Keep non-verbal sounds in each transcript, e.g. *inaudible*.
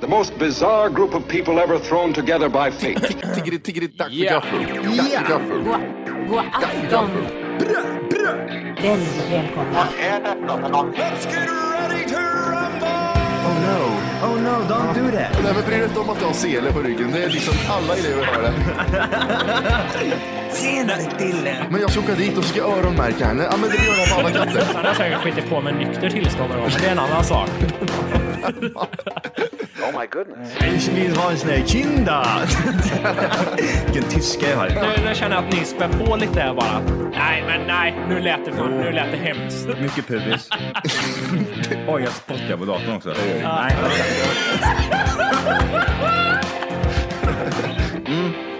The most bizarre group of people ever thrown together by fate. Tiggeri, tiggeri, dack för Yeah. gaffel. Dack för gaffel. God, god afton! Väldigt välkomna. Oh no, oh no, don't do that. Nej, men bry dig inte om att du har sele på ryggen. Det är liksom alla elever har det. Tjena Dille! Men jag ska åka dit och ska öronmärka henne. Ja, men det gör jag på alla katter. Han har säkert skitit på med nykter tillstånd någon gång, men det är en annan sak. Ich vill ha en sån här kinda! Vilken tyska jag har. Nu, nu känner jag att ni spär på lite där bara. Nej, men nej, nu lät det, för, nu lät det hemskt. Mycket pubis. Oj, jag spottar på datorn också.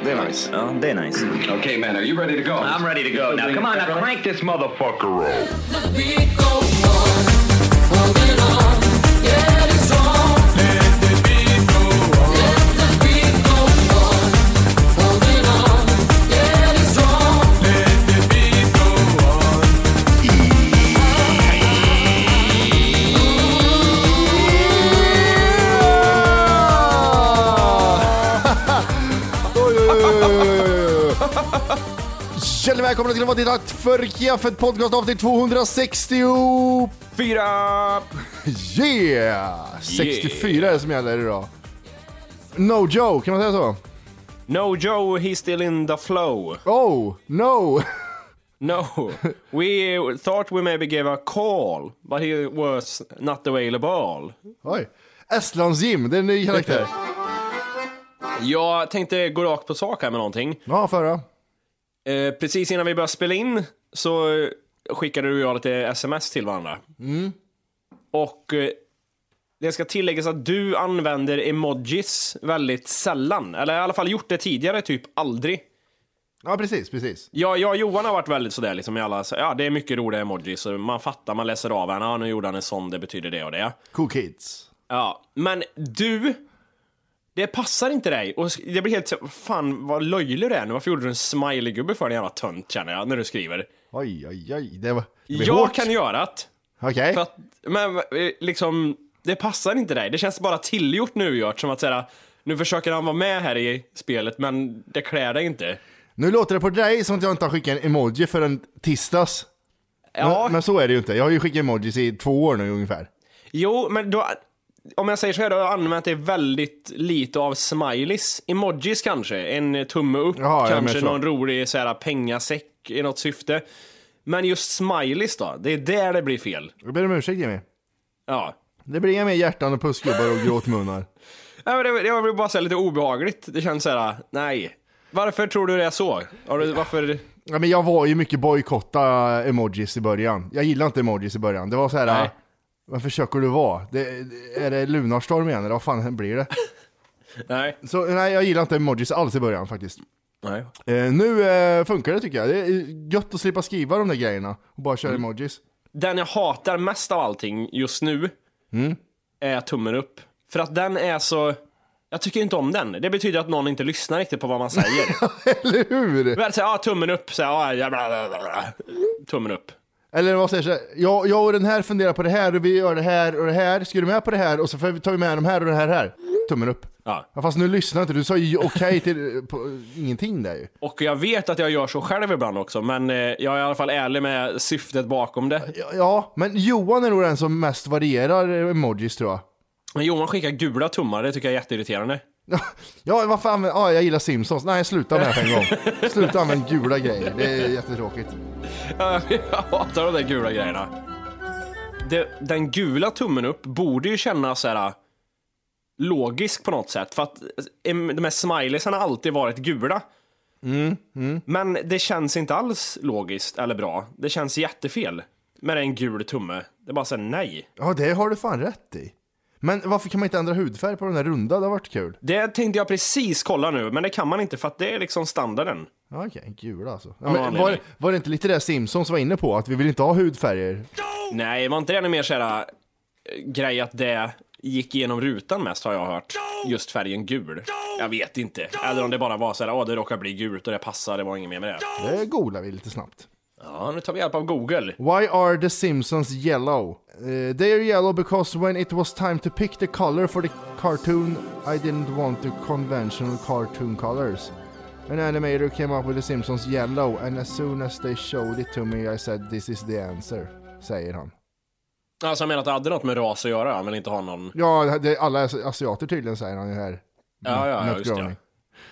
Det är nice. Ja, det är nice. *laughs* okay, man, are you ready to go? I'm ready to go. Now come on, now crank this motherfucker up. Oj, oj, oj, oj, oj, oj. *laughs* Hjärtligt välkomna till vad det är dags för Kaffet Podcast avsnitt 260. Fyra! Yeah! 64 är det som gäller idag. No joke, kan man säga så? No Joe, he's still in the flow. Oh, no! *laughs* *laughs* No. We thought we maybe gave a call, but he was not available. Oj. Estlands Jim, det är en ny *laughs* karaktär. Jag tänkte gå rakt på sak här med någonting. Ja, förra. Eh, precis innan vi började spela in så eh, skickade du och jag lite sms till varandra. Mm. Och eh, det ska tilläggas att du använder emojis väldigt sällan. Eller i alla fall gjort det tidigare, typ aldrig. Ja, precis, precis. Ja, jag och Johan har varit väldigt sådär liksom i alla, så- ja det är mycket roliga emojis. Så man fattar, man läser av henne, ja nu gjorde han en sån, det betyder det och det. Cool kids. Ja, men du, det passar inte dig. Och det blir helt så- fan vad löjlig du är nu. Varför gjorde du en smiley-gubbe för din jävla tönt känner jag, när du skriver. Oj, oj, oj. Det var... Det blir Jag hårt. kan göra det. Okej. För att, men eh, liksom, det passar inte dig. Det känns bara tillgjort nu gjort, som att säga, nu försöker han vara med här i spelet, men det klär dig inte. Nu låter det på dig som att jag inte har skickat en emoji förrän tisdags. Ja, Men, men så är det ju inte. Jag har ju skickat emojis i två år nu ungefär. jo, men då, om jag säger så här, då har jag använt det väldigt lite av smileys. Emojis kanske, en tumme upp, Jaha, jag kanske menar så. någon rolig så här, pengasäck i något syfte. Men just smileys då, det är där det blir fel. Jag ber om ursäkt Jimmy. Ja. Det blir inga mer hjärtan och pussgubbar och gråtmunnar. Nej, men det, det var väl bara så här lite obehagligt. Det känns så här, nej. Varför tror du det är så? Har du, varför? Ja, men jag var ju mycket bojkotta emojis i början. Jag gillade inte emojis i början. Det var så här. Nej. Vad försöker du vara? Det, det- är det lunarstorm igen eller vad fan blir det? Nej. Så nej, jag gillar inte emojis alls i början faktiskt. nej. Eh, nu eh, funkar det tycker jag. Det är gött att slippa skriva de där grejerna och bara köra emojis. *laughs* Den jag hatar mest av allting just nu är tummen upp. För att den är så... Jag tycker inte om den. Det betyder att någon inte lyssnar riktigt på vad man säger. Eller hur? Väl säger ja ah, tummen upp, säger ja ja, bla, bla, bla, bla. tummen upp. Eller vad säger så här, jag, jag och den här funderar på det här och vi gör det här och det här. Ska du med på det här? Och så får vi- tar vi med de här och det här här. Tummen upp. Ja. Ja, fast nu lyssnar inte, du sa ju okej till på, ingenting där ju. Och jag vet att jag gör så själv ibland också, men eh, jag är i alla fall ärlig med syftet bakom det. Ja, Ja, men Johan är nog den som mest varierar emojis tror jag. *laughs* Men Johan skickar gula tummar, det tycker jag är jätteirriterande. Ja, vad fan, ja, jag gillar Simpsons. Nej, sluta med det för en gång. Sluta använda gula grejer, det är jättetråkigt. Ja, *laughs* Jag hatar de där gula grejerna. Det, den gula tummen upp borde ju kännas så här äh, logisk på något sätt. För att em, de här smileysarna har alltid varit gula. Men det känns inte alls logiskt eller bra. Det känns jättefel med en gul tumme. Det är bara såhär, nej. Ja, det har du fan rätt i. Men varför kan man inte ändra hudfärg på den där runda? Det har varit kul. Det tänkte jag precis kolla nu, men det kan man inte för att det är liksom standarden. Ja, Okej, gula alltså. Ja, Av men, anledning. var, var det inte lite det Simpsons var inne på? Att vi vill inte ha hudfärger? Nej, var inte det en mer såhär eh, grej att det gick igenom rutan mest har jag hört. Just färgen gul. Jag vet inte. Eller om det bara var såhär, åh det råkar bli gult och det passar, det var inget mer med det. Det googlar vi lite snabbt. Ja, nu tar vi hjälp av Google. Why are the Simpsons yellow? Eh, they are yellow because when it was time to pick the color for the cartoon, I didn't want the conventional cartoon colors. An animator came up with the Simpsons yellow and as soon as they showed it to me I said this is the answer, säger han. Alltså, jag menar att det hade något med ras att göra, men inte har någon... Ja, det är alla asiater tydligen säger han ju här. Ja, ja, ja Nut just det. ja. Brownie.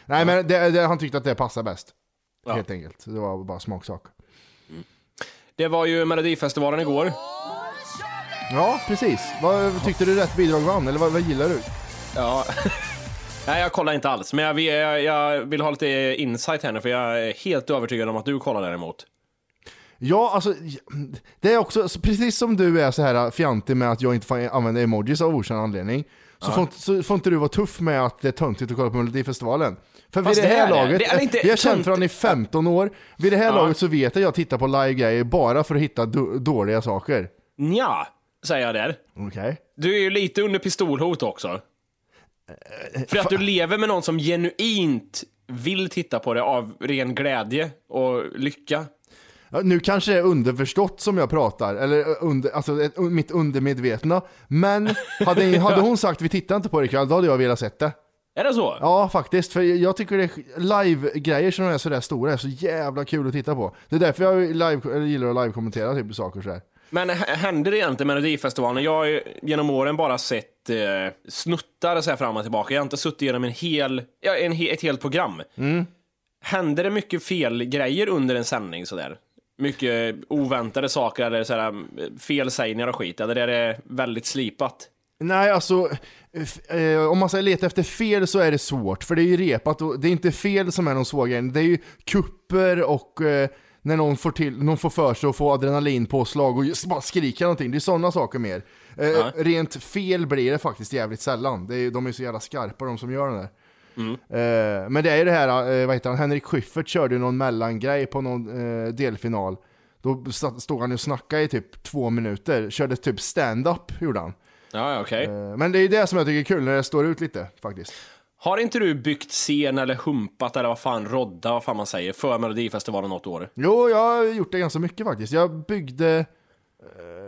Nej men det, det, han tyckte att det passar bäst. Ja. Helt enkelt. Det var bara smaksak. Det var ju Melodifestivalen igår. Ja, precis. Vad tyckte du rätt bidrag vann? Eller vad, vad gillar du? Ja. *laughs* Nej, jag kollar inte alls, men jag vill, jag, jag vill ha lite insight här nu, för jag är helt övertygad om att du kollar däremot. Ja, alltså det är också så precis som du är så här fjantig med att jag inte får använda emojis av okänd anledning. Så, får, inte- så får inte du vara tuff med att det är töntigt att kolla på Melodifestivalen. För Fast vid det det här är det. laget, Det är inte vi har känt tönt- varandra i 15 år. Vid det här laget så vet jag att jag tittar på live-grejer bara för att hitta do- dåliga saker. Nja, säger jag där. Okej? Du är ju lite under pistolhot också. För att du lever med någon som genuint vill titta på det av ren glädje och lycka. Ja, Nu kanske det är underförstått som jag pratar, eller under, alltså ett- mitt undermedvetna. Men hade, hade hon sagt vi tittar inte på det ikväll, då hade jag velat sett det. Är det så? Ja, faktiskt. För jag tycker det är live-grejer som är sådär stora är så jävla kul att titta på. Det är därför jag live, eller gillar att live-kommentera typ saker sådär. Men h- händer det egentligen Melodifestivalen? Jag har ju genom åren bara sett eh, snuttar så här fram och tillbaka. Jag har inte suttit igenom en hel, ja, en, he- ett helt program. Mm. Händer det mycket fel grejer under en sändning sådär? Mycket oväntade saker eller så här, eh, felsägningar och skit? Eller är det väldigt slipat? Nej, alltså f- eh, om man ska leta efter fel så är det svårt, för det är ju repat och det är inte fel som är de svåra grejerna. Det är ju kupper och eh, när någon får, till, någon får för sig att få adrenalinpåslag och just bara skrika någonting. Det är sådana saker mer. Eh, Rent fel blir det faktiskt jävligt sällan. Det är, de är så jävla skarpa de som gör det där. Eh, men det är ju det här, eh, vad heter han, Henrik Schyffert körde ju någon mellangrej på någon eh, delfinal. Då satt- stod han ju och snackade i typ två minuter, körde typ stand-up gjorde han. Ja, ja, okej. Eh, Men det är ju det som jag tycker är kul när det står ut lite faktiskt. Har inte du byggt scen eller humpat eller vad fan, rodda, vad fan man säger, för Melodifestivalen något år? Jo, jag har gjort det ganska mycket faktiskt. Jag byggde,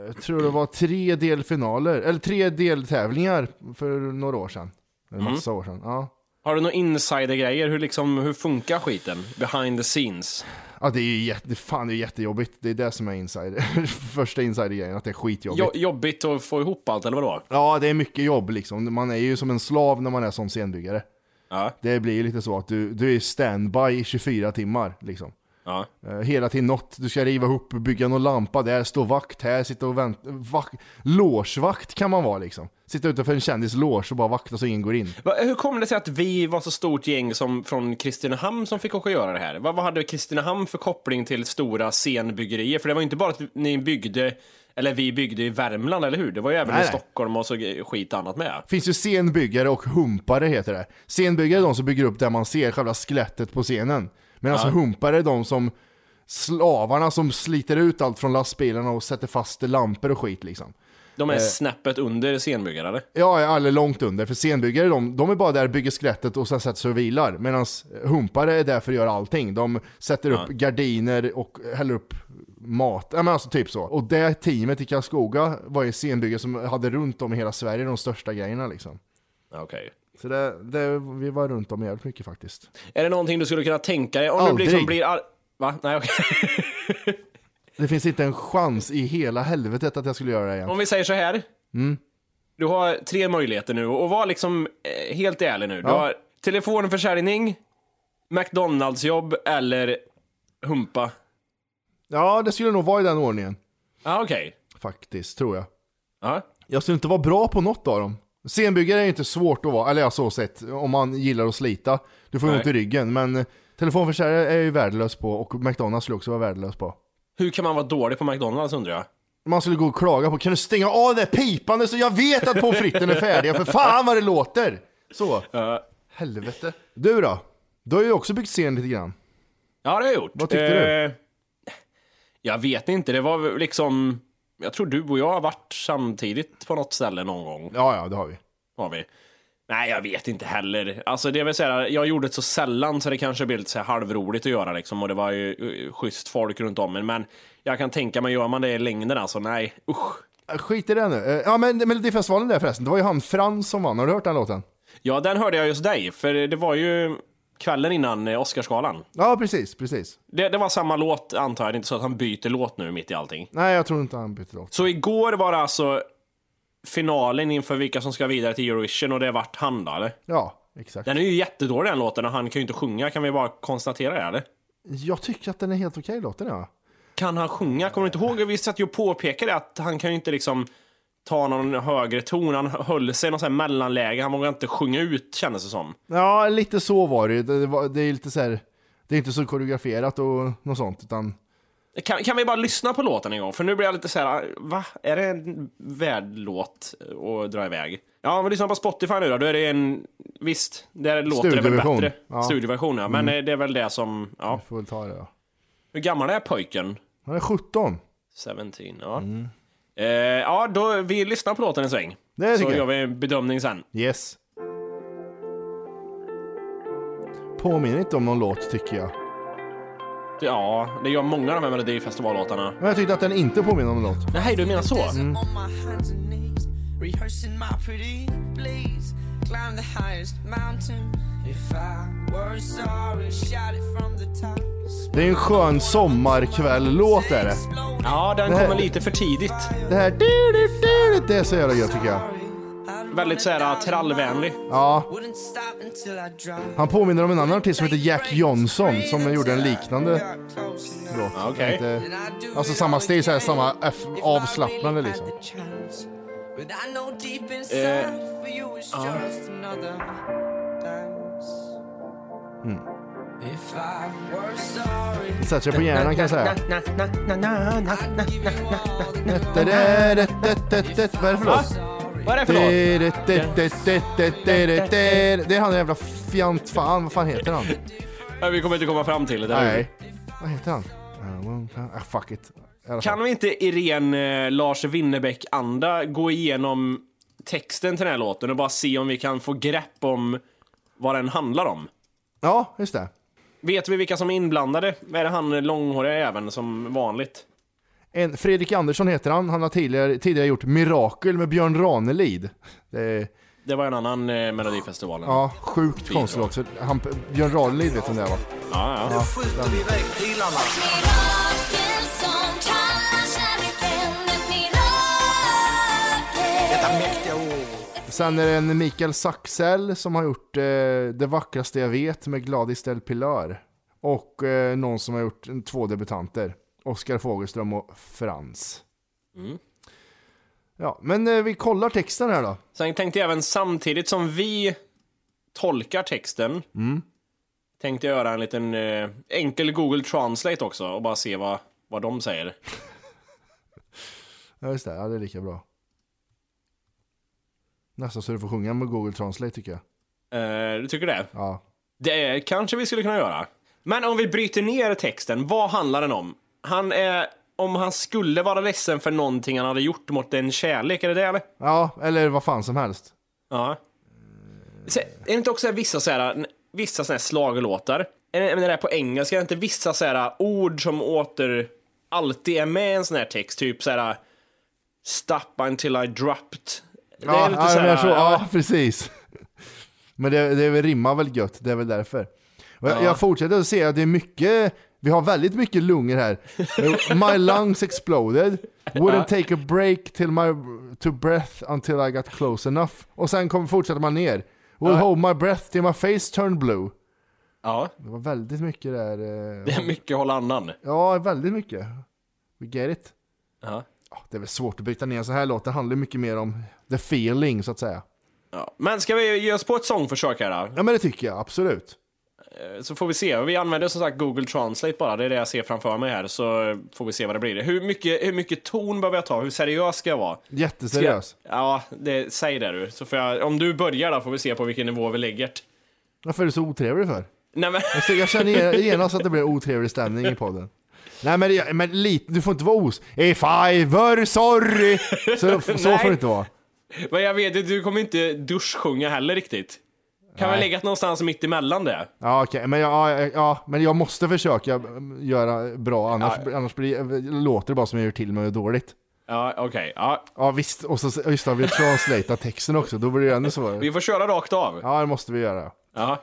eh, tror det var tre delfinaler, eller tre deltävlingar för några år sedan. Eller massa år sedan. Ja. Har du några insidergrejer? Hur, liksom, hur funkar skiten? Behind the scenes? ja, det är ju jätte, fan, det är jättejobbigt. Det är det som är insider, *laughs* första insidergrejen, att det är skitjobbigt. Jo, jobbigt att få ihop allt, eller vadå? Ja, det är mycket jobb liksom. Man är ju som en slav när man är som scenbyggare. Ja, Det blir ju lite så att du, du är standby i 24 timmar liksom. ja. Eh, Hela tiden något, du ska riva ihop, bygga någon lampa där, stå vakt här, sitta och vänta. Vak- låsvakt kan man vara liksom. Sitta utanför en kändis lås och bara vakta så ingen går in. Va, hur kom det sig att vi var så stort gäng som, från Kristinehamn som fick åka och göra det här? Vad, vad hade Kristinehamn för koppling till stora scenbyggerier? För det var ju inte bara att ni byggde, eller vi byggde i Värmland, eller hur? Det var ju även Nej, i nej. Stockholm och så g- skit annat med. Finns ju scenbyggare och humpare heter det. Scenbyggare är de som bygger upp där man ser själva skelettet på scenen. Medan humpare är de som slavarna som sliter ut allt från lastbilarna och sätter fast lampor och skit liksom. De är snäppet under scenbyggare, eller? Ja, ja, eller långt under. För scenbyggare, de, de är bara där, bygger skelettet och sen sätter sig och vilar. Medan humpare är där för att göra allting. De sätter upp gardiner och häller upp mat. Ja, men alltså typ så. Och det teamet i Karlskoga var ju scenbyggare som hade runt om i hela Sverige de största grejerna liksom. Okej. Så det, det, vi var runt om jävligt mycket faktiskt. Är det någonting du skulle kunna tänka dig? Om du Aldrig. liksom blir ar- Va? Nej, okej. *laughs* Det finns inte en chans i hela helvetet att jag skulle göra det igen. Om vi säger så här. Mm. Du har tre möjligheter nu och var liksom eh, helt ärlig nu. Du har telefonförsäljning, McDonalds-jobb eller humpa. Ja, det skulle nog vara i den ordningen. Ja, ah, okej. Faktiskt, tror jag. Ja. Jag skulle inte vara bra på något av dem. Scenbyggare är ju inte svårt att vara, eller ja, så sett, om man gillar att slita. Du får ju Nej. ont i ryggen, men eh, telefonförsäljare är jag ju värdelös på och McDonalds skulle jag också vara värdelös på. Hur kan man vara dålig på McDonalds undrar jag? Man skulle gå och klaga på, kan du stänga av det där pipandet så jag vet att pommes fritesen är färdiga, för fan vad det låter! Så. Helvete. Du då? Du har ju också byggt scen lite grann. Ja, det har jag gjort. Vad tyckte du? Jag vet inte. Det var väl liksom... Jag tror du och jag har varit samtidigt på något ställe någon gång. Ja, ja, det har vi. Har vi. Nej, jag vet inte heller. Alltså, det vill säga, jag gjorde det så sällan så det kanske blir lite så här halvroligt att göra liksom och det var ju eh, schysst folk runt om en. Men jag kan tänka mig, gör man det i längden alltså, nej, usch. Skit i det nu. Eh, Ja men Melodifestivalen där förresten, det var ju han Frans som vann, har du hört den låten? Ja, den hörde jag just dig, för det var ju kvällen innan eh, Oscarsgalan. Ja precis, precis. Det, det var samma låt antar jag, det är inte så att han byter låt nu mitt i allting. Nej jag tror inte han bytte låt. Så igår var det alltså finalen inför vilka som ska vidare till Eurovision och det vart han då, eller? Ja, exakt. Den är ju jättedålig den låten och han kan ju inte sjunga, kan vi bara konstatera det eller? Jag tycker att den är helt okej låten ja. Kan han sjunga? Kommer du inte ihåg? Vi satt ju och påpekade att han kan ju inte liksom ta någon högre ton. Han höll sig i någon sån här mellanläge. Han vågade inte sjunga ut kändes det som. Ja lite så var det ju, det, det, var, det är lite så här, det är inte så koreograferat och något sånt utan Kan, kan vi bara lyssna på låten en gång? För nu blir jag lite så här, va? Är det en världlåt att dra iväg? Ja, om vi lyssnar på Spotify nu då, då är det en... Visst, där låter det väl Studioversion. bättre. Ja. Mm. Studioversion, ja. Men eh, det är väl det som... Ja. får väl ta det då. Hur gammal är pojken? Han är 17. 17, ja. Mm. Eh, ja, då, vi lyssnar på låten en sväng. Det så tycker gör jag. vi en bedömning sen. Yes. Påminner inte om någon låt tycker jag. Ja, det gör många av de här Melodifestivallåtarna. Men jag tyckte att den inte påminner om någon låt. Nej, du menar så? Mm. dancing on my hands and knees, rehearsing my pretty please. Climb the highest mountain. If I were sorry, shout it from the top. Det är en skön sommarkväll-låt är det. Exploding Ja, den Nej. kommer lite för tidigt. Det här... du, du, du, du, Det är så jävla gött tycker jag. Väldigt så här äh, trallvänlig. Ja, wouldn't stop until I drowned. han påminner om en annan artist som heter Jack Johnson som gjorde en liknande Got close enough. låt. Ja, okej. Inte- And I'd do Alltså it samma all stil, så här, again samma F- if I avslappnande really had liksom. the chance. But I know deep inside for you it's just another dance. If I were sorry, Det sätter sig på hjärnan kan jag säga. I'd give you all the glory. Det där, det, det, det, det. Vad är det för låt? Sorry. Vad är det för låt? Det, det, det, det, det, det, det, det, det. Det är han den jävla fjant fan, vad fan heter han? Ja, Vi kommer inte komma fram till det. det. här. Nej. Vad heter han? I won't- Ah, fuck it. I alla fall. Kan vi inte Irene eh, Lars Winnerbäck-anda gå igenom texten till den här låten och bara se om vi kan få grepp om vad den handlar om? Ja, just det. Vet vi vilka som är inblandade? Är det han långhåriga även som vanligt? En, Fredrik Andersson heter han. Han har tidigare, tidigare gjort Mirakel med Björn Ranelid. Det är, Det var en annan eh, Melodifestivalen. ja, sjukt konstigt också. Han, Björn Ranelid vet vem det var. Ja, ja. Mirakel som kallar kärleken ett mirakel Sen är det en Mikael Saxell som har gjort eh, Det vackraste jag vet med Gladys Del Pilar. Och eh, någon som har gjort eh, två debutanter. Oskar Fogelström och Frans. Ja, men eh, vi kollar texten här då. Sen tänkte jag även samtidigt som vi tolkar texten tänkte jag göra en liten eh, enkel Google Translate också och bara se vad, vad de säger. Ja, just det. Ja, det är lika bra. Nästan så du får sjunga med Google Translate tycker jag. Eh, du tycker det? Ja. Det kanske vi skulle kunna göra. Men om vi bryter ner texten, vad handlar den om? Han är... Om han skulle vara ledsen för någonting han hade gjort mot en kärlek, är det det eller? Ja, eller vad fan som helst. Ja. Så, är det inte också vissa så här, vissa såna här slagelåtar? Är det, men det där på engelska, är det inte vissa så här ord som åter alltid är med i en sån här text? Typ så här Stop until I dropped. Det Ja, ja, så här, men jag tror- ja. ja, precis. *laughs* Men det, det är väl- rimmar väl gött, det är väl därför. Och Jag, jag fortsätter att se att det är mycket, vi har väldigt mycket lungor *laughs* här. my lungs exploded, wouldn't take a break till my to breath until I got close enough. Och sen kom, fortsätter man ner. Will hold my breath till my face turned blue. ja, Det var väldigt mycket där. eh, det är mycket hålla andan. Ja, väldigt mycket. We get it. Ja. Ja, Det är väl svårt att bryta ner en sån här låt, det handlar mycket mer om the feeling så att säga. Ja. Men ska vi ge oss på ett sångförsök här då? Ja men det tycker jag, absolut. Så får vi se. Vi använder som sagt Google Translate bara, det är det jag ser framför mig här. Så får vi se vad det blir. Hur mycket, hur mycket ton behöver jag ta? Hur seriös ska jag vara? Ska jag- Jätteseriös. Ja, det, säg det du. Så får jag, om du börjar då får vi se på vilken nivå vi lägger det. Varför är du så otrevlig för? Nej men, Så jag känner gen- genast att det blir otrevlig stämning i podden. Nej men, det- men lite, du får inte vara os... If I were sorry! Så, så får Nej. det inte vara. *laughs* Men jag vet ju, du kommer inte duschsjunga heller riktigt. Kan väl lägga någonstans mitt emellan det? Ja, okej, men, jag, ja, ja, men jag måste försöka eh, göra bra, annars, annars blir, eh, låter det bara som jag gör till mig och dåligt. Ja, okej. Ja, Ja, visst. Och så, just det, vi translatear texten också, då blir det ännu svårare. vi får köra rakt av. Ja, det måste vi göra. Ja.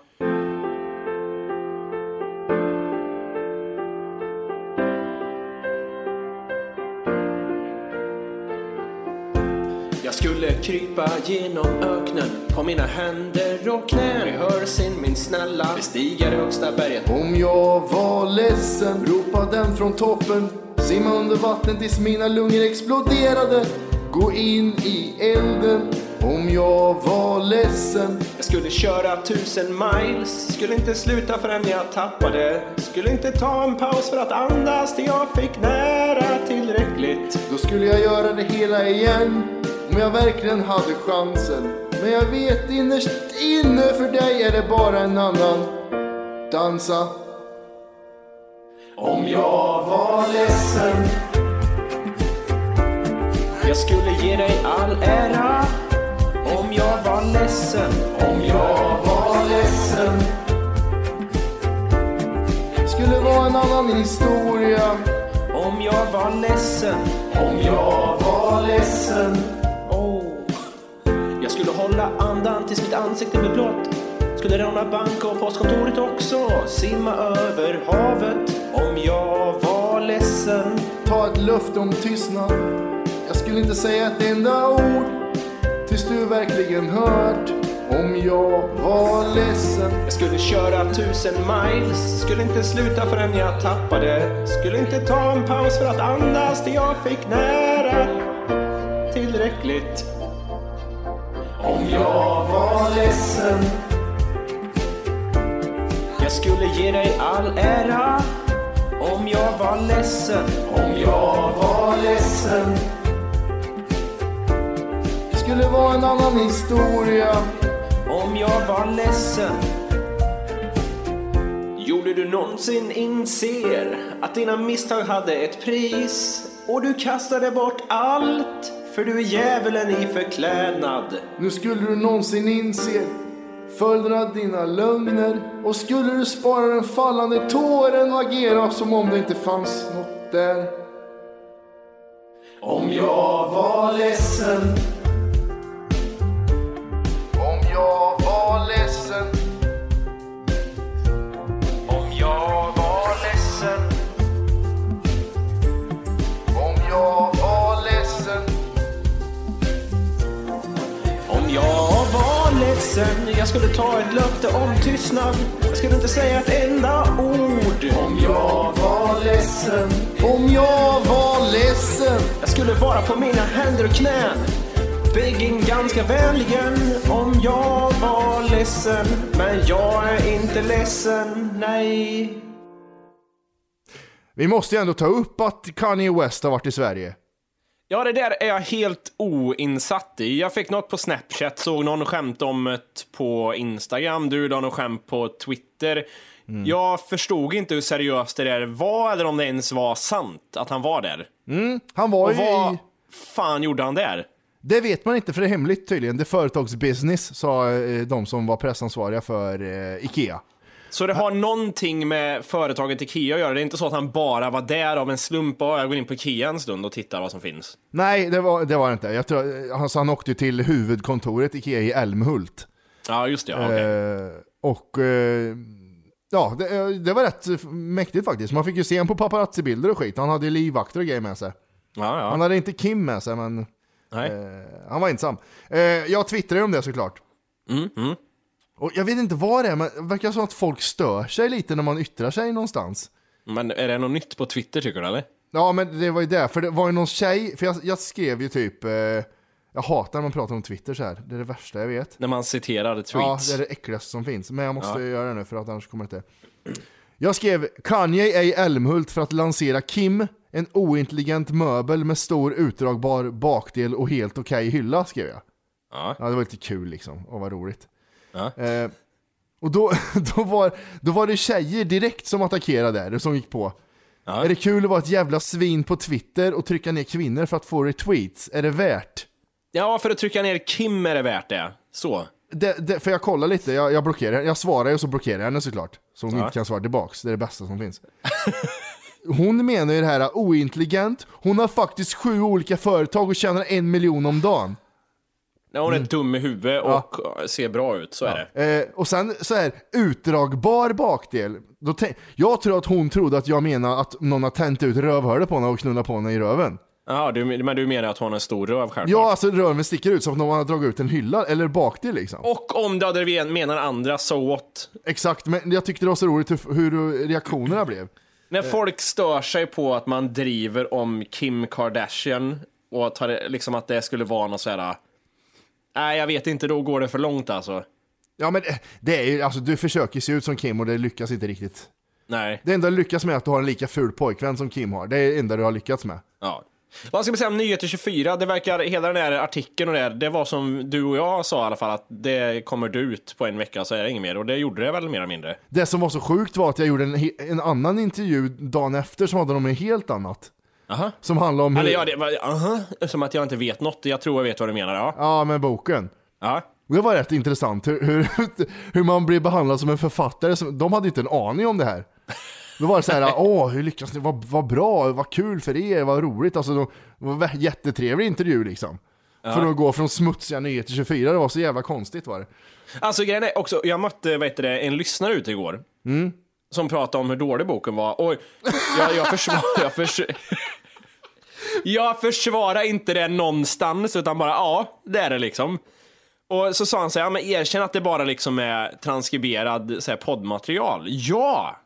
Jag skulle krypa genom öknen på mina händer och knän. Nu hör sin min snälla bestiga det högsta berget. Om jag var ledsen ropade den från toppen Simma under vatten tills mina lungor exploderade Gå in i elden Om jag var ledsen Jag skulle köra tusen miles, skulle inte sluta förrän jag tappade. Skulle inte ta en paus för att andas till jag fick nära tillräckligt. Då skulle jag göra det hela igen Om jag verkligen hade chansen Men jag vet innerst inne för dig är det bara en annan Dansa Om jag var ledsen Jag skulle ge dig all ära Om jag var ledsen Om jag var ledsen Skulle vara en annan historia Om jag var ledsen Om jag var ledsen oh. Jag skulle hålla andan tills mitt ansikte blev blått Skulle råna bank och postkontoret också Simma över havet Om jag var ledsen Ta ett löfte om tystnad Jag skulle inte säga ett enda ord Tills du verkligen hört Om jag var ledsen Jag skulle köra tusen miles Skulle inte sluta förrän jag tappade Skulle inte ta en paus för att andas till jag fick nära Tillräckligt Om jag var ledsen Jag skulle ge dig all ära Om jag var ledsen Om jag var ledsen Det skulle vara en annan historia Om jag var ledsen Gjorde du någonsin inser att dina misstag hade ett pris och du kastade bort allt för du är djävulen i förklädnad. Nu skulle du någonsin inse Följden av dina lögner Och skulle du spara den fallande tåren Och agera som om det inte fanns något där Om jag var ledsen Om jag var ledsen Om jag var ledsen Om jag var ledsen Om jag var ledsen Jag skulle ta ett löfte om tystnad Jag skulle inte säga ett enda ord Om jag var ledsen Om jag var ledsen Jag skulle vara på mina händer och knän Begging ganska vänligen om jag var ledsen Men jag är inte ledsen, nej Vi måste ju ändå ta upp att Kanye West har varit i Sverige Ja, det där är jag helt oinsatt i. Jag fick något på Snapchat, såg någon skämt om det på Instagram, du la någon skämt på Twitter. Mm. Jag förstod inte hur seriöst det där var eller om det ens var sant att han var där. Han var Och ju i... vad fan gjorde han där? Det vet man inte för det är hemligt tydligen. Det är företagsbusiness sa eh, de som var pressansvariga för eh, Ikea. Så det har någonting med företaget Ikea att göra? Det är inte så att han bara var där av en slump och jag går in på Ikea en stund och tittar vad som finns? Nej, det var det var det inte. Jag tror, alltså, han åkte ju till huvudkontoret Ikea i Älmhult. Ja, just det. ja, okej. Eh, och eh, ja, det, eh, det var rätt eh, mäktigt faktiskt. Man fick ju se honom på paparazzi-bilder och skit. Han hade ju livvakter och grejer med sig. Ja, Han ja. hade inte Kim med sig, men Nej. eh, han var ensam. Eh, jag twittrade ju om det såklart. Mm, mm. Och jag vet inte vad det är, men det verkar som att folk stör sig lite när man yttrar sig någonstans. Men är det något nytt på Twitter tycker du eller? Ja men det var ju det, för det var ju någon tjej, för jag, jag skrev ju typ, eh, jag hatar när man pratar om Twitter så här. det är det värsta jag vet. När man citerar tweets? Ja, det är det äckligaste som finns, men jag måste göra det nu för att annars kommer det inte. Jag skrev Kanye är i Älmhult för att lansera Kim, en ointelligent möbel med stor utdragbar bakdel och helt okej hylla, skrev jag. Ja. det var lite kul liksom, och vad roligt. Ja. Eh, och då, *laughs* då, var, då var det tjejer direkt som attackerade, eller som gick på. Ja. Är det kul att vara ett jävla svin på Twitter och trycka ner kvinnor för att få retweets? Är det värt? Ja, för att trycka ner Kim är det värt det. Så. Det, det, för jag kollar lite, jag, jag blockerar Jag svarar ju och så blockerar jag henne såklart. Så hon inte kan svara tillbaks, det är det bästa som finns. Hon menar ju det här ointelligent, hon har faktiskt sju olika företag och tjänar en miljon om dagen. Ja, hon är dum i huvudet och ser bra ut, så är det. Eh, och sen så här, utdragbar bakdel. Då tän- jag tror att hon trodde att jag menar att någon har tänt ut rövhålet på henne och knullat på henne i röven. Jaha, du, men du menar att hon har en stor röv självklart? Ja, alltså röven sticker ut som att någon har dragit ut en hylla eller bakdel liksom. Och om du hade men- menar andra, so what? Exakt, men jag tyckte det var så roligt hur, hur reaktionerna blev. När folk stör sig på att man driver om Kim Kardashian och tar, det- liksom att det skulle vara något sådär... Nej, jag vet inte, då går det för långt alltså. Ja men det- det är ju, alltså du försöker se ut som Kim och det lyckas inte riktigt. Nej. Det enda du lyckas med är att du har en lika ful pojkvän som Kim har. Det är det enda du har lyckats med. Ja. Vad ska man säga om Nyheter 24? Det verkar, hela den här artikeln och det, här, det var som du och jag sa i alla fall, att det kommer du ut på en vecka så är det inget mer. Och det gjorde det väl mer eller mindre. Det som var så sjukt var att jag gjorde en, he- en annan intervju dagen efter som hade om något helt annat. Aha. Som handlade om hur... Eller ja, det var, aha, som att jag inte vet något. Jag tror jag vet vad du menar, ja. Ja, med boken. ja. Och Det var rätt intressant hur, hur, *laughs* hur man blir behandlad som en författare. Som, de hade inte en aning om det här. Då var det så här, åh, hur lyckas ni? Vad, vad bra, vad kul för er, vad roligt. Alltså, de, det var en vä- jättetrevlig intervju liksom. För att gå från smutsiga nyheter 24, det var så jävla konstigt var det. Alltså grejen är också, jag mötte vad heter det, en lyssnare ute igår. Som pratade om hur dålig boken var. Och jag, jag försvarar... Jag, förs jag försvarar inte det någonstans, utan bara ja, det är det liksom. Och så sa han så här, ja men erkänn att det bara liksom är transkriberad så här, poddmaterial. Ja!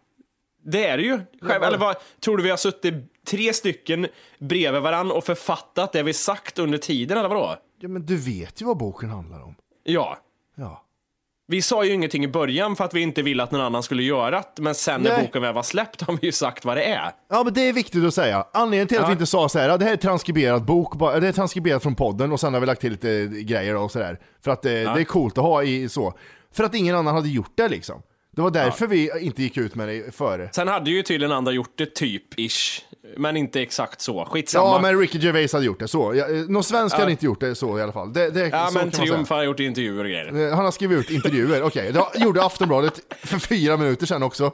Det är det ju. Själv, eller vad, tror du vi har suttit tre stycken bredvid varandra och författat det vi sagt under tiden, eller vadå? Ja, men du vet ju vad boken handlar om. Ja. Ja. Vi sa ju ingenting i början för att vi inte ville att någon annan skulle göra det, men sen när Nej. boken väl var släppt har vi ju sagt vad det är. Ja men det är viktigt att säga. Anledningen till att Ja. vi inte sa så här, ja, det här är transkriberad bok, bara- det är transkriberat från podden och sen har vi lagt till lite grejer och sådär. För att eh, det är coolt att ha i så. För att ingen annan hade gjort det liksom. Det var därför vi inte gick ut med det före. Sen hade ju tydligen andra gjort det typ-ish, men inte exakt så. Skitsamma. Ja men Ricky Gervais hade gjort det så. Ja, eh, Någon svensk hade inte gjort det så i alla fall. Det, det, ja, så men kan man Triumf har gjort intervjuer och grejer. säga. Eh, Han har skrivit ut intervjuer, okej. Det gjorde Aftonbladet för fyra minuter sedan också.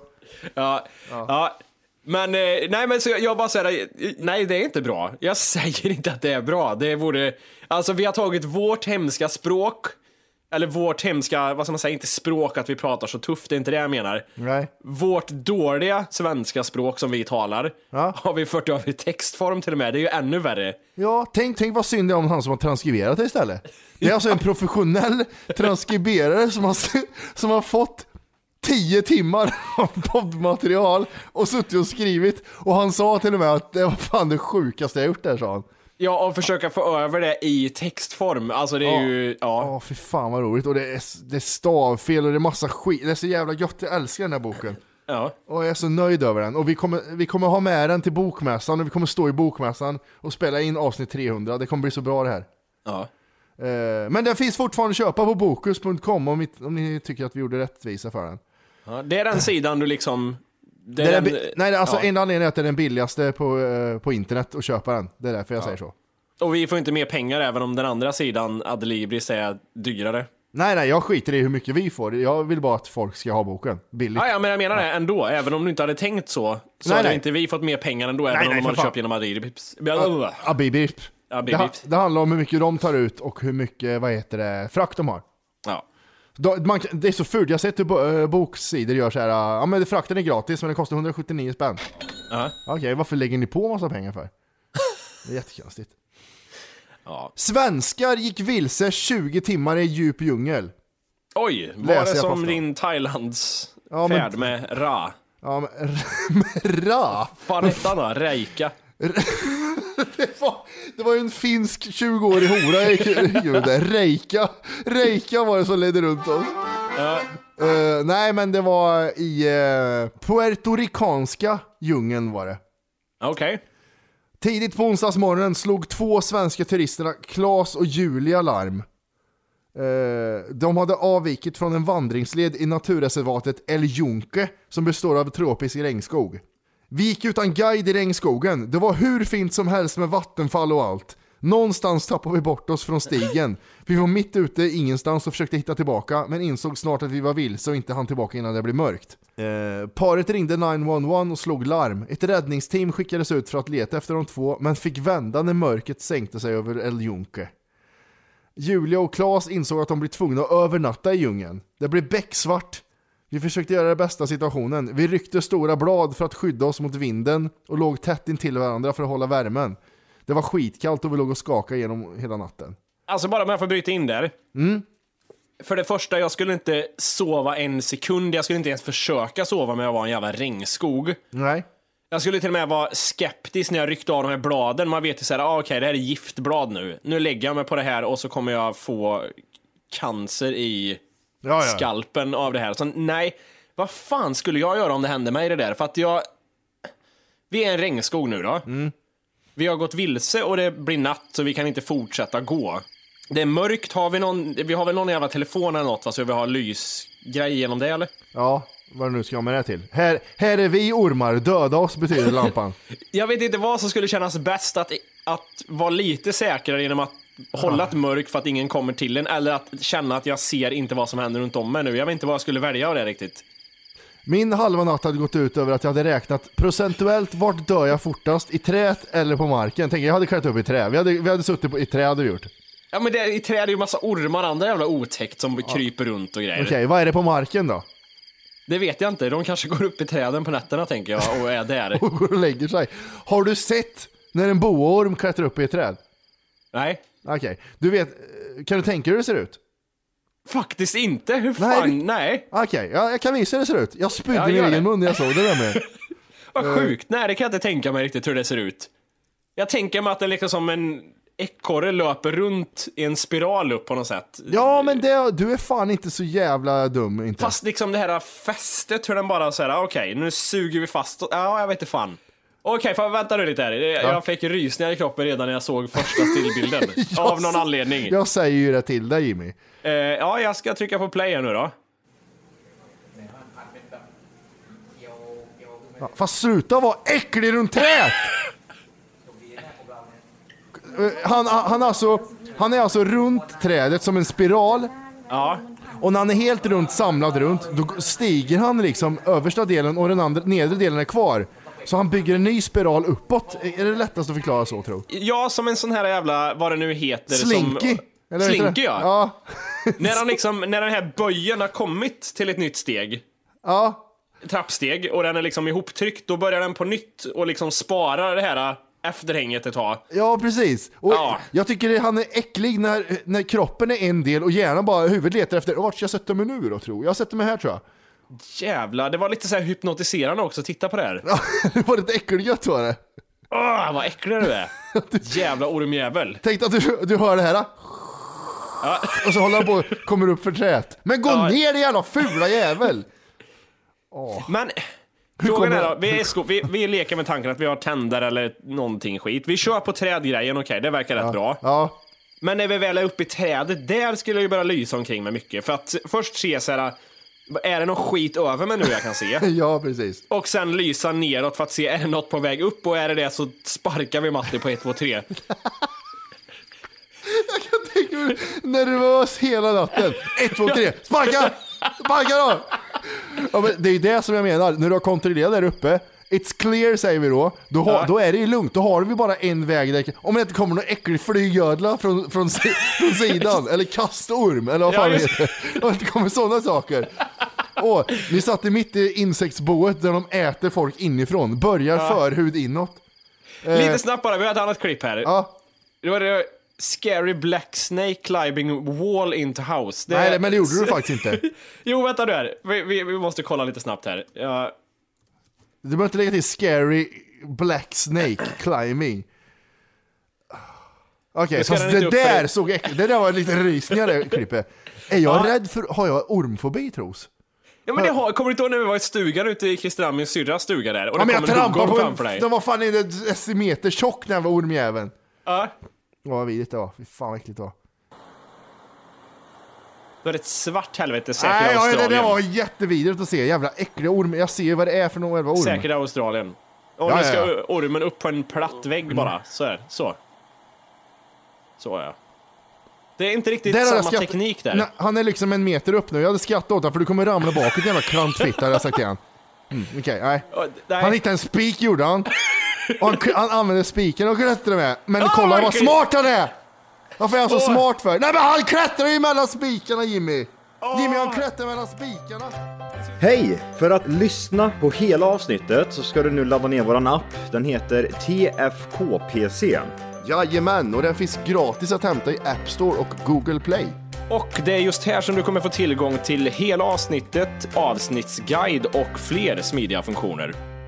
Ja. Ja. Men, eh, nej men så jag, jag bara säger, eh, nej det är inte bra. Jag säger inte att det är bra. Det vore, alltså vi har tagit vårt hemska språk, eller vårt hemska, vad ska man säga, inte språk att vi pratar så tufft, det är inte det jag menar. Nej. Vårt dåliga svenska språk som vi talar Ja. har vi fört över i textform till och med, det är ju ännu värre. Ja, tänk, tänk vad synd det är om han som har transkriberat det istället. Det är alltså en professionell transkriberare som har, som har fått tio timmar av poddmaterial och suttit och skrivit. Och han sa till och med att det var fan det sjukaste jag gjort där sa han. Ja, och försöka få över det i textform, alltså det är ju, ja. Ja, fy fan vad roligt. Och det är, det är stavfel och det är massa skit. Det är så jävla gött, jag älskar den här boken. ja. Och jag är så nöjd över den. Och vi kommer, vi kommer ha med den till bokmässan och vi kommer stå i bokmässan och spela in avsnitt 300. Det kommer bli så bra det här. ja. Eh, Men den finns fortfarande att köpa på bokus.com om, ni- om ni tycker att vi gjorde rättvisa för den. ja. Det är den sidan du liksom, det den är är den, bi- nej, alltså ja. en anledning är att det är den billigaste på, eh, på internet att köpa den. Det är därför jag säger så. Och vi får inte mer pengar även om den andra sidan, Adlibris, är dyrare. Nej, nej, jag skiter i hur mycket vi får. Jag vill bara att folk ska ha boken. Billigt. Ah, ja, men jag menar det ändå. Även om du inte hade tänkt så, så Nej, hade nej. inte vi fått mer pengar ändå, även Nej, om nej, de för hade fan. köpt genom Adlibris. Abibip. Det, Adlibris. ha- det handlar om hur mycket de tar ut och hur mycket, vad heter det, frakt de har. Ja. De- Man, kan- det är så fult, jag har sett hur bo, eh, boksidor gör så här. ja men frakten är gratis men den kostar 179 spänn. Ja. Okej, varför lägger ni på massa pengar *laughs* för? Det är jättekonstigt. Ja. Svenskar gick vilse 20 timmar i djup djungel. Oj, var Läser det jag på som afton. din Thailands Ja, men- färd med Ra? Ja, men, *laughs* men ra! Fan hette han då? Reika? *laughs* Det var, det var ju en finsk 20-årig hora jag gick runt där. Reika. Reika var det som ledde runt oss. Eh, nej, men det var i uh, puertorikanska djungeln var det. Okej. Tidigt på onsdagsmorgonen slog två svenska turisterna Claes och Julia larm. Eh, De hade avvikit från en vandringsled i naturreservatet El Junque som består av tropisk regnskog. Vi gick utan guide i regnskogen. Det var hur fint som helst med vattenfall och allt. Någonstans tappade vi bort oss från stigen. Vi var mitt ute i ingenstans och försökte hitta tillbaka, men insåg snart att vi var vilse och inte hann tillbaka innan det blev mörkt. Eh, paret ringde 911 och slog larm. Ett räddningsteam skickades ut för att leta efter de två, men fick vända när mörkret sänkte sig över El Junque. Julia och Claes insåg att de blev tvungna att övernatta i djungeln. Det blev becksvart. Vi försökte göra det bästa av situationen. Vi ryckte stora blad för att skydda oss mot vinden och låg tätt intill varandra för att hålla värmen. Det var skitkallt och vi låg och skakade genom hela natten. Alltså bara om jag får bryta in där. För det första, jag skulle inte sova en sekund. Jag skulle inte ens försöka sova om jag var en jävla regnskog. Nej. Jag skulle till och med vara skeptisk när jag ryckte av de här bladen. Man vet ju såhär, ah, okej det här är giftblad nu. Nu lägger jag mig på det här och så kommer jag få cancer i Ja, skalpen av det här. Så nej, vad fan skulle jag göra om det hände mig det där? För att jag... Vi är en regnskog nu då. Mm. Vi har gått vilse och det blir natt så vi kan inte fortsätta gå. Det är mörkt, har vi någon... Vi har väl någon jävla telefon eller något va? Så vi har lysgrej genom det eller? Ja, vad nu ska jag med det till. Här, här är vi ormar, döda oss betyder lampan. Jag vet inte vad som skulle kännas bäst att, att vara lite säkrare genom att hålla ett mörk för att ingen kommer till en eller att känna att jag ser inte vad som händer runt om mig nu. Jag vet inte vad jag skulle välja av det riktigt. Min halva natt hade gått ut över att jag hade räknat procentuellt vart dör jag fortast, i träet eller på marken. Tänk, jag hade klätt upp i trä. Vi hade, vi hade suttit på, i trä hade vi gjort. Okej, Ja men det, i träd är ju massa ormar och andra jävla otäckt som kryper runt och grejer. vad är det på marken då? *laughs* Det vet jag inte, de kanske går upp i träden på nätterna tänker jag och *laughs* är där. Och går och lägger sig. Har du sett när en boaorm klättrar upp i ett träd? Nej, Okej, du vet, eh, kan du tänka hur det ser ut? faktiskt inte. Hur Nej, fan, det- nej. Okej, ja, jag kan visa hur det ser ut. Jag spydde Ja, i min gör egen det. mun när jag såg det där *laughs* med. Vad Eh. sjukt, nej det kan jag inte tänka mig riktigt hur det ser ut. Jag tänker mig att det är liksom som en ekorre löper runt i en spiral upp på något sätt. Ja, men det, du är fan inte så jävla dum inte. Fast liksom det här fästet, hur den bara såhär, okej nu suger vi fast ja jag vet inte fan. Okej, fan vänta nu lite här. Jag jag fick rysningar i kroppen redan när jag såg första stillbilden. *laughs* av någon anledning. Jag säger ju det till dig Jimmy. Eh, ja, jag ska trycka på play här nu då. Ja, fast sluta vara äcklig runt träet! Eh, Han, han, alltså, han är alltså runt trädet som en spiral. Ja. Och när han är helt runt, samlad runt, då stiger han liksom översta delen och den andra, nedre delen är kvar. Så han bygger en ny spiral uppåt. Är det lättast att förklara så tro? Ja, som en sån här jävla, vad det nu heter. Slinky? Som, Eller heter det? slinky ja. ja. När, han liksom, när den här böjen har kommit till ett nytt steg, Ja. trappsteg, och den är liksom ihoptryckt, då börjar den på nytt och liksom sparar det här äh, efterhänget ett tag. Ja, precis. Och Ja. Jag tycker att han är äcklig när, när kroppen är en del och hjärnan bara, huvudet letar efter, vart ska jag sätta mig nu då tror jag? Jag sätter mig här tror jag. Jävlar, det var lite så här hypnotiserande också, titta på det här. det *laughs* var lite äckelgött var det. Åh, vad äcklig *laughs* du är! Jävla ormjävel. Tänk att du, du hör det här. Och så håller han på och kommer upp för träet. Men gå Ja. ner din jävla fula jävel! Men frågan kommer- är då, vi, är sko- vi, vi leker med tanken att vi har tänder eller någonting skit. Vi kör på trädgrejen, okej, det verkar rätt bra. Ja, Men när vi väl är uppe i trädet, där skulle jag ju börja lysa omkring mig mycket. För att först se så här, är det någon skit över mig nu jag kan *laughs* se? ja precis. Och sen lysa neråt för att se, är det något på väg upp? Och är det det så sparkar vi Matti på 1, 2, 3. Tänk hur nervös hela natten. Ett, två, tre, sparka! Sparka då! Ja, men det är ju det som jag menar, när du har kontrollerat där uppe, it's clear säger vi då, då, har, då är det ju lugnt, då har vi bara en väg där, om det inte kommer någon äcklig flygödla från, från, si- från sidan, eller kastorm, eller vad Ja, fan det just- heter. Om det inte kommer sådana saker. Åh, ni satte mitt i insektsboet där de äter folk inifrån, börjar förhud inåt. Lite snabbt bara, vi har ett annat klipp här. Eh. Ja. Då är det Scary Black Snake climbing wall into house. Det Nej, men det gjorde du faktiskt inte. *laughs* Jo, vänta nu här. Vi, vi, vi måste kolla lite snabbt här. Ja, Du behöver inte lägga till scary black *clears throat* snake climbing. Okej, ska fast den inte det upp för där det. såg äckligt Det där var lite rysningar *laughs* det klippet. Är jag rädd för, har jag ormfobi tros? ja men det har, kommer du inte ihåg när vi var i stugan ute i Christer min syrras stuga där? Och Ja det men jag kom en trampade huggorm på framför en, dig. den var fan en decimeter tjock den jävla ormjäveln. Ja. Åh vad vidrigt det var, fy fan vad äckligt det var. Då är det ett svart helvete, säkert Nej, ja, det Australien. där var jättevidrigt att se, jävla äckliga orm. Jag ser ju vad det är för någon jävla orm. Säkert Australien. Ja, Och Mm. nu ja, ska ja. ormen upp på en platt vägg bara. Så här, så. Så ja. Det är inte riktigt Där har jag samma skatt- teknik där. Nej, han är liksom en meter upp nu. Jag hade skrattat åt honom för du kommer ramla bakåt jävla klantfitta hade jag sagt till honom. Mm, Okej, nej. Ja, nej. Han hittade en spik gjorde han. Och han, han använde spiken och klättrade med. Men kolla vad verkligen. smart han är! Varför är han så Ah, Åh. smart för? Nej men han klättrar ju mellan spikarna Jimmy! Jimmy han klättrar mellan spikarna! Hej! För att lyssna på hela avsnittet så ska du nu ladda ner våran app. Den heter TFKPC. Jajamän, och den finns gratis att hämta i App Store och Google Play. Och det är just här som du kommer få tillgång till hela avsnittet, avsnittsguide och fler smidiga funktioner.